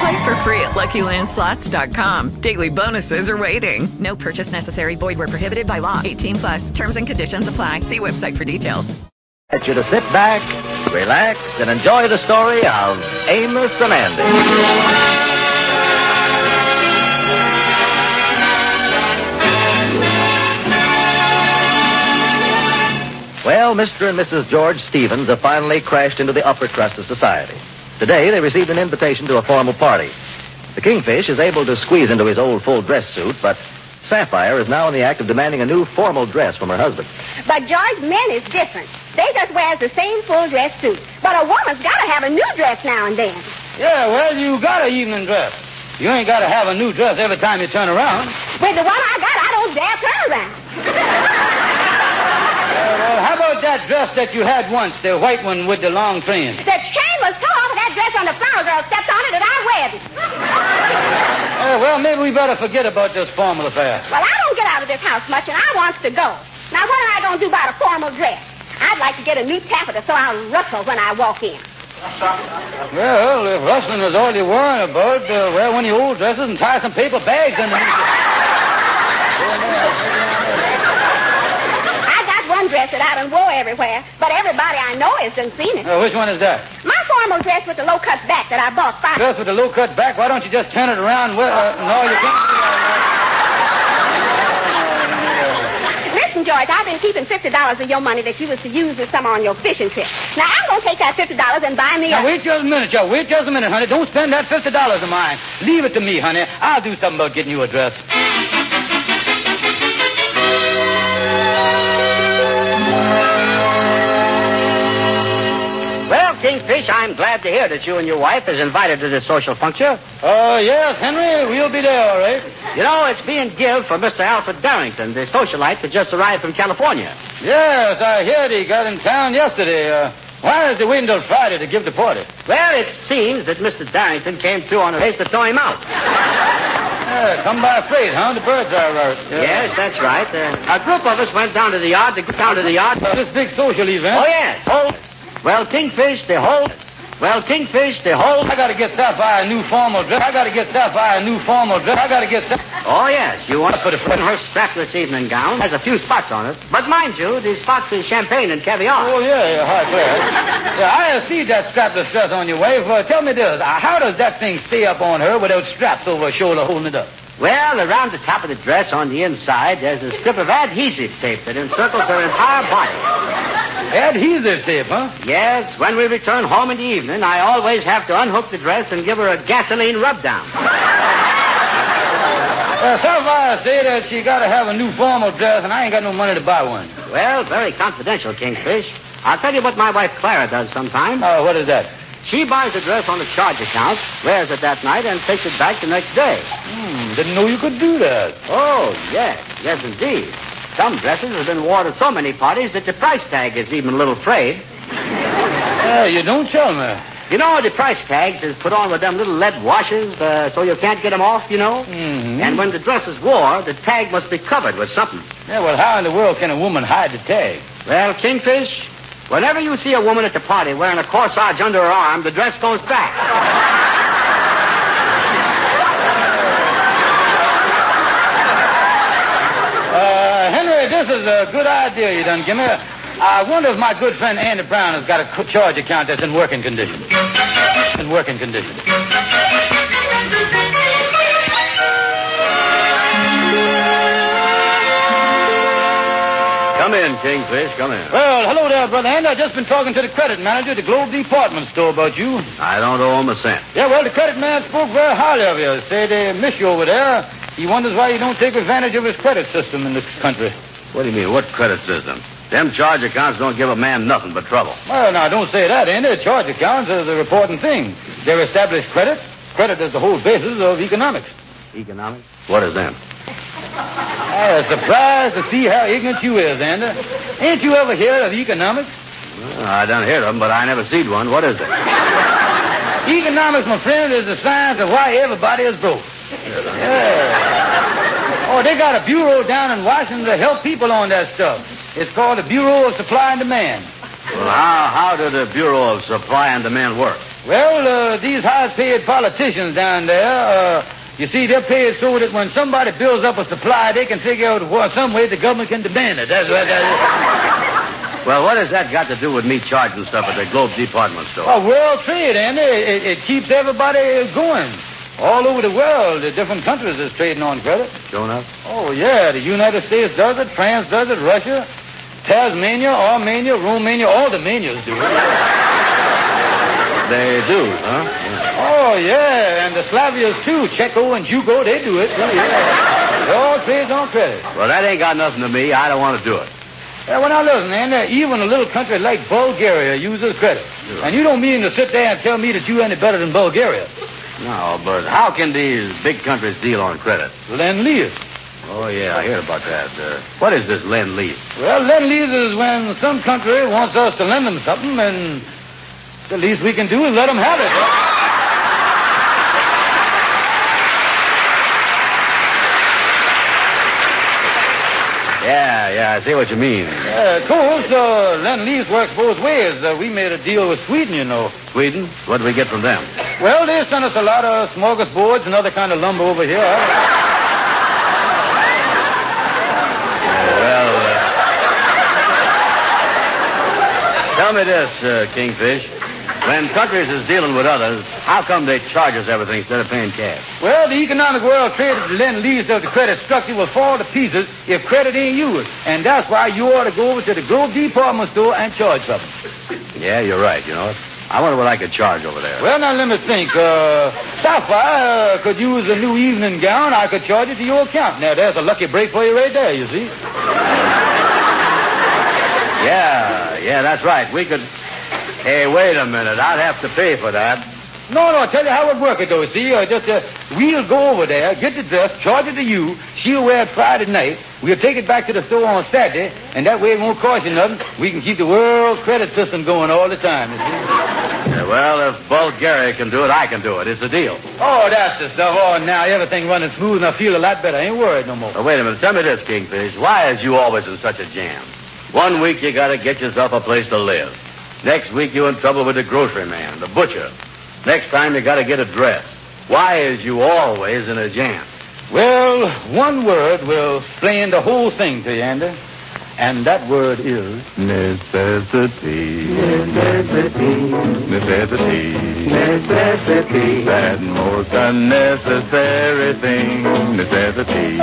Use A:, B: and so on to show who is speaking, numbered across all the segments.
A: Play for free at LuckyLandSlots.com. Daily bonuses are waiting. No purchase necessary. Void were prohibited by law. 18 plus. Terms and conditions apply. See website for details.
B: I want you to sit back, relax, and enjoy the story of Amos and Andy. Well, Mr. and Mrs. George Stevens have finally crashed into the upper crust of society. Today, they received an invitation to a formal party. The kingfish is able to squeeze into his old full dress suit, but Sapphire is now in the act of demanding a new formal dress from her husband.
C: But George, men is different. They just wears the same full dress suit. But a woman's gotta have a new dress now and then.
D: Yeah, well, you got an evening dress. You ain't got to have a new dress every time you turn around.
C: With the one I got, I don't dare turn around.
D: Uh, well, how about that dress that you had once, the white one with the long train?
C: the chain was tore off of that dress when the flower girl stepped on it and I wears it.
D: Uh, well, maybe we better forget about this formal affair.
C: Well, I don't get out of this house much and I wants to go. Now, what am I gonna do about a formal dress? I'd like to get a new taffeta so I'll rustle when I walk in.
D: Well, if rustling is all you're worrying about, uh, wear one of your old dresses and tie some paper bags underneath
C: I got one dress that I done wore everywhere, but everybody I know has done seen it.
D: it. Uh, which one is that?
C: My formal dress with the low cut back that I bought five.
D: Dress with the low cut back. Why don't you just turn it around with, uh, and all you can?
C: Listen, George, I've been keeping fifty dollars of your money that you was to use this summer on your fishing trip. Now I'm gonna take that fifty dollars and buy me
D: Now,
C: a.
D: wait just a minute, Joe. Wait just a minute, honey. Don't spend that $50 of mine. Leave it to me, honey. I'll do something about getting you a dress.
E: Well, Kingfish, I'm glad to hear that you and your wife is invited to this social function.
D: Oh, yes, Henry, we'll be there, all right.
E: You know, it's being given for Mr. Alfred Barrington, the socialite that just arrived from California.
D: Yes, I heard he got in town yesterday. Uh, why is he waiting till Friday to give the party?
E: Well, it seems that Mr. Barrington came through on a race to throw him out.
D: Yeah, come by freight, huh? The birds are uh, out.
E: Yes, that's right. Uh, a group of us went down to the yard to go down to the yard.
D: Uh, this big social event?
E: Oh, yes. Whole, well, Kingfish, the whole... Well, Kingfish, the whole...
D: I gotta get Sapphire a new formal dress. I gotta get Sapphire a new formal dress. I gotta get Sapphire...
E: Oh, yes. You want to put a in her strapless evening gown. Has a few spots on it. But mind you, these spots is champagne and caviar.
D: Oh, yeah, yeah, hi, Claire. Yeah, I see that strapless dress on your wife. Uh, tell me this. Uh, how does that thing stay up on her without straps over her shoulder holding it up?
E: Well, around the top of the dress on the inside, there's a strip of adhesive tape that encircles her entire body.
D: Adhesive tape, huh?
E: Yes, when we return home in the evening, I always have to unhook the dress and give her a gasoline rub down.
D: Uh, Sapphire say that she gotta have a new formal dress, and I ain't got no money to buy one.
E: Well, very confidential, Kingfish. I'll tell you what my wife Clara does sometimes.
D: Oh, what is that?
E: She buys a dress on a charge account, wears it that night, and takes it back the next day.
D: Hmm, didn't know you could do that.
E: Oh, yes, yes, indeed. Some dresses have been worn to so many parties that the price tag is even a little frayed.
D: Yeah, you don't tell me.
E: You know, the price tags is put on with them little lead washes uh, so you can't get them off, you know?
D: Mhm.
E: And when the dress is worn, the tag must be covered with something.
D: Yeah, well, how in the world can a woman hide the tag?
E: Well, Kingfish, whenever you see a woman at the party wearing a corsage under her arm, the dress goes back.
D: Uh, Henry, this is a good idea you done give me. I wonder if my good friend Andy Brown has got a co- charge account that's in working condition. In working condition.
E: Come
F: Come in, Kingfish. Come in.
D: Well, hello there, Brother Hand. I've just been talking to the credit manager at the Globe Department store about you.
F: I don't owe him a cent.
D: Yeah, well, the credit man spoke very highly of you. Say they miss you over there. He wonders why you don't take advantage of his credit system in this country.
F: What do you mean? What credit system? Them charge accounts don't give a man nothing but trouble.
D: Well, now, don't say that, ain't it? Charge accounts are the important thing. They're established credit. Credit is the whole basis of economics.
E: Economics?
F: What is that?
D: I'm surprised to see how ignorant you is, Ander. Ain't you ever heard of economics?
F: Well, I done heard of 'em, but I never seed one. What is it?
D: Economics, my friend, is the science of why everybody is broke. Yeah. Oh, they got a bureau down in Washington to help people on that stuff. It's called the Bureau of Supply and Demand.
F: Well, how, how do the Bureau of Supply and Demand work?
D: Well, uh, these high-paid politicians down there, uh, you see, they're paid so that when somebody builds up a supply, they can figure out well, some way the government can demand it. That's what that
F: is. Well, what has that got to do with me charging stuff at the Globe Department store?
D: Well, world trade, Andy. It, it keeps everybody going. All over the world, the different countries is trading on credit.
F: Sure enough.
D: Oh, yeah. The United States does it. France does it. Russia. Tasmania, Armenia, Romania, all the manias do it.
F: They do, huh?
D: Oh, yeah, and the Slavias, too. Checo and Jugo, they do it, too, yeah. They all trades on credit.
F: Well, that ain't got nothing to me. I don't want to do it.
D: Yeah, well, now, listen, man, uh, even a little country like Bulgaria uses credit. Yeah. And you don't mean to sit there and tell me that you're any better than Bulgaria.
F: No, but how can these big countries deal on credit?
D: Lend-lease.
F: Oh, yeah, I hear about that. Uh, what is this lend-lease?
D: Well, lend-lease is when some country wants us to lend them something, and the least we can do is let them have it.
F: Yeah, yeah, I see what you mean.
D: Uh, of course, uh, lend lease works both ways. Uh, we made a deal with Sweden, you know.
F: Sweden? What did we get from them?
D: Well, they sent us a lot of smorgasbords and other kind of lumber over here.
F: Uh, well, uh... tell me this, uh, Kingfish. When countries is dealing with others, how come they charge us everything instead of paying cash?
D: Well, the economic world trade of the lend-lease of the credit structure will fall to pieces if credit ain't used. And that's why you ought to go over to the Globe Department store and charge something.
F: Yeah, you're right, you know. I wonder what I could charge over there.
D: Well, now, let me think. Uh, Sapphire uh, could use a new evening gown. I could charge it to your account. Now, there's a lucky break for you right there, you see.
F: yeah, yeah, that's right. We could Hey, wait a minute. I'd have to pay for that.
D: No, no, I'll tell you how it work it, though. See, uh, just, uh, we'll go over there, get the dress, charge it to you. She'll wear it Friday night. We'll take it back to the store on Saturday, and that way it won't cost you nothing. We can keep the world credit system going all the time,
F: yeah, well, if Bulgaria can do it, I can do it. It's a deal.
D: Oh, that's the stuff. Oh, now everything running smooth, and I feel a lot better. I ain't worried no more.
F: Now, wait a minute. Tell me this, Kingfish. Why is you always in such a jam? One week you gotta get yourself a place to live. Next week you're in trouble with the grocery man, the butcher. Next time you gotta get a dress. Why is you always in a jam?
D: Well, one word will explain the whole thing to you, Andy. And that word is
G: necessity. Necessity. Necessity. Necessity. That most unnecessary thing. Necessity.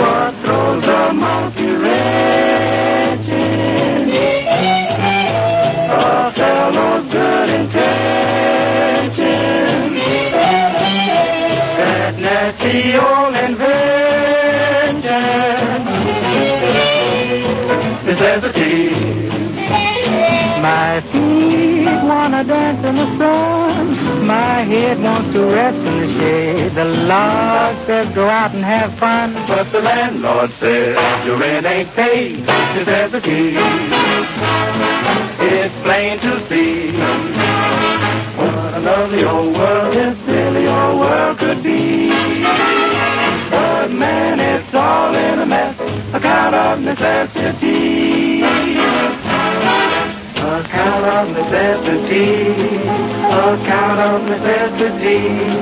G: What throws a monkey wrench in it? A fellow's good intention. That nasty old invention. Necessity. My feet wanna dance in the sun. My head wants to rest in the shade. The Lord says go out and have fun. But the landlord says your rent ain't paid. Necessity it's plain to see. What a lovely old world this silly old world could be. But man, it's all in a mess, a kind of necessity. A kind of necessity, a kind of necessity.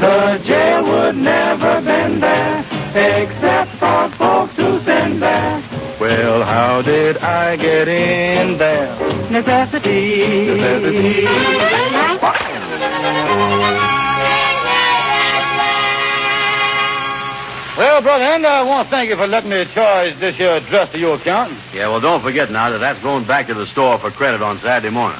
G: The jail would never been there, except for folks who send there. Well, how did I get in there? Necessity. Necessity.
D: Well, brother, and I want to thank you for letting me charge this here dress to your account.
F: Yeah, well, don't forget now that that's going back to the store for credit on Saturday morning.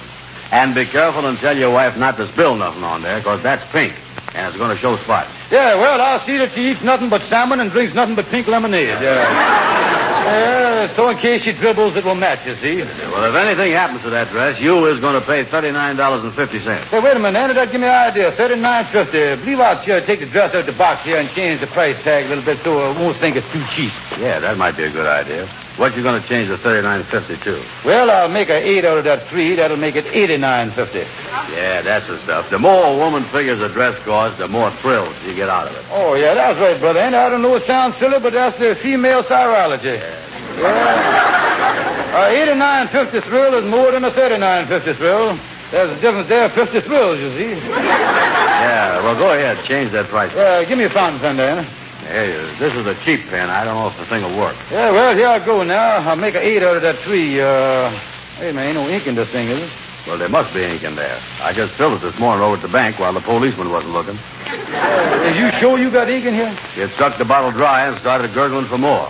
F: And be careful and tell your wife not to spill nothing on there, 'cause that's pink, and it's going to show spots.
D: Yeah, well, I'll see that she eats nothing but salmon and drinks nothing but pink lemonade. Yeah. Yeah, Uh, so in case she dribbles, it will match, you see.
F: Well, if anything happens to that dress, you is going to pay $39.50.
D: Hey, wait a minute, Anna, that give me an idea. Thirty-nine fifty. Believe I'll sure take the dress out the box here and change the price tag a little bit so I won't think it's too cheap.
F: Yeah, that might be a good idea. What you going to change the thirty-nine fifty to?
D: Well, I'll make an eight out of that three. That'll make it eighty-nine fifty.
F: Yeah, that's the stuff. The more a woman figures a dress costs, the more thrills you get out of it.
D: Oh, yeah, that's right, brother. And I don't know it sounds silly, but that's the female sirology. Yeah. A eighty-nine fifty thrill is more than a thirty-nine fifty thrill. There's a difference there, fifty thrills, you see.
F: Yeah, well, go ahead, change that price.
D: Uh, give me a fountain pen, there, Anna.
F: Hey, this is a cheap pen. I don't know if the thing will work.
D: Yeah, well, here I go now. I'll make an eight out of that three. Uh, hey, man, ain't no ink in this thing, is it?
F: Well, there must be ink in there. I just filled it this morning over at the bank while the policeman wasn't looking.
D: Is you sure you got ink in here?
F: It sucked the bottle dry and started gurgling for more.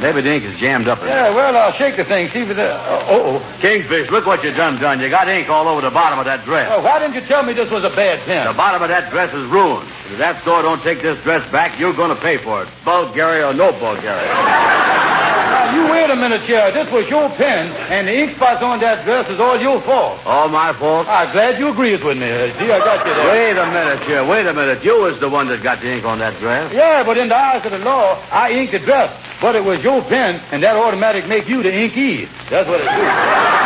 F: Maybe the ink is jammed up in there.
D: Yeah, well, I'll shake the thing, see if it. Uh, oh.
F: Kingfish, look what you done done. You got ink all over the bottom of that dress.
D: Oh, why didn't you tell me this was a bad pen?
F: The bottom of that dress is ruined. If that store don't take this dress back, you're going to pay for it. Bulgaria or no Bulgaria.
D: Now, you wait a minute, Sheriff. This was your pen, and the ink spots on that dress is all your fault.
F: All my fault?
D: I'm glad you agrees with me. See, I got you there.
F: Wait a minute, Sheriff. Wait a minute. You was the one that got the ink on that dress.
D: Yeah, but in the eyes of the law, I inked the dress. But it was your pen, and that automatic make you the inkee. That's what it is.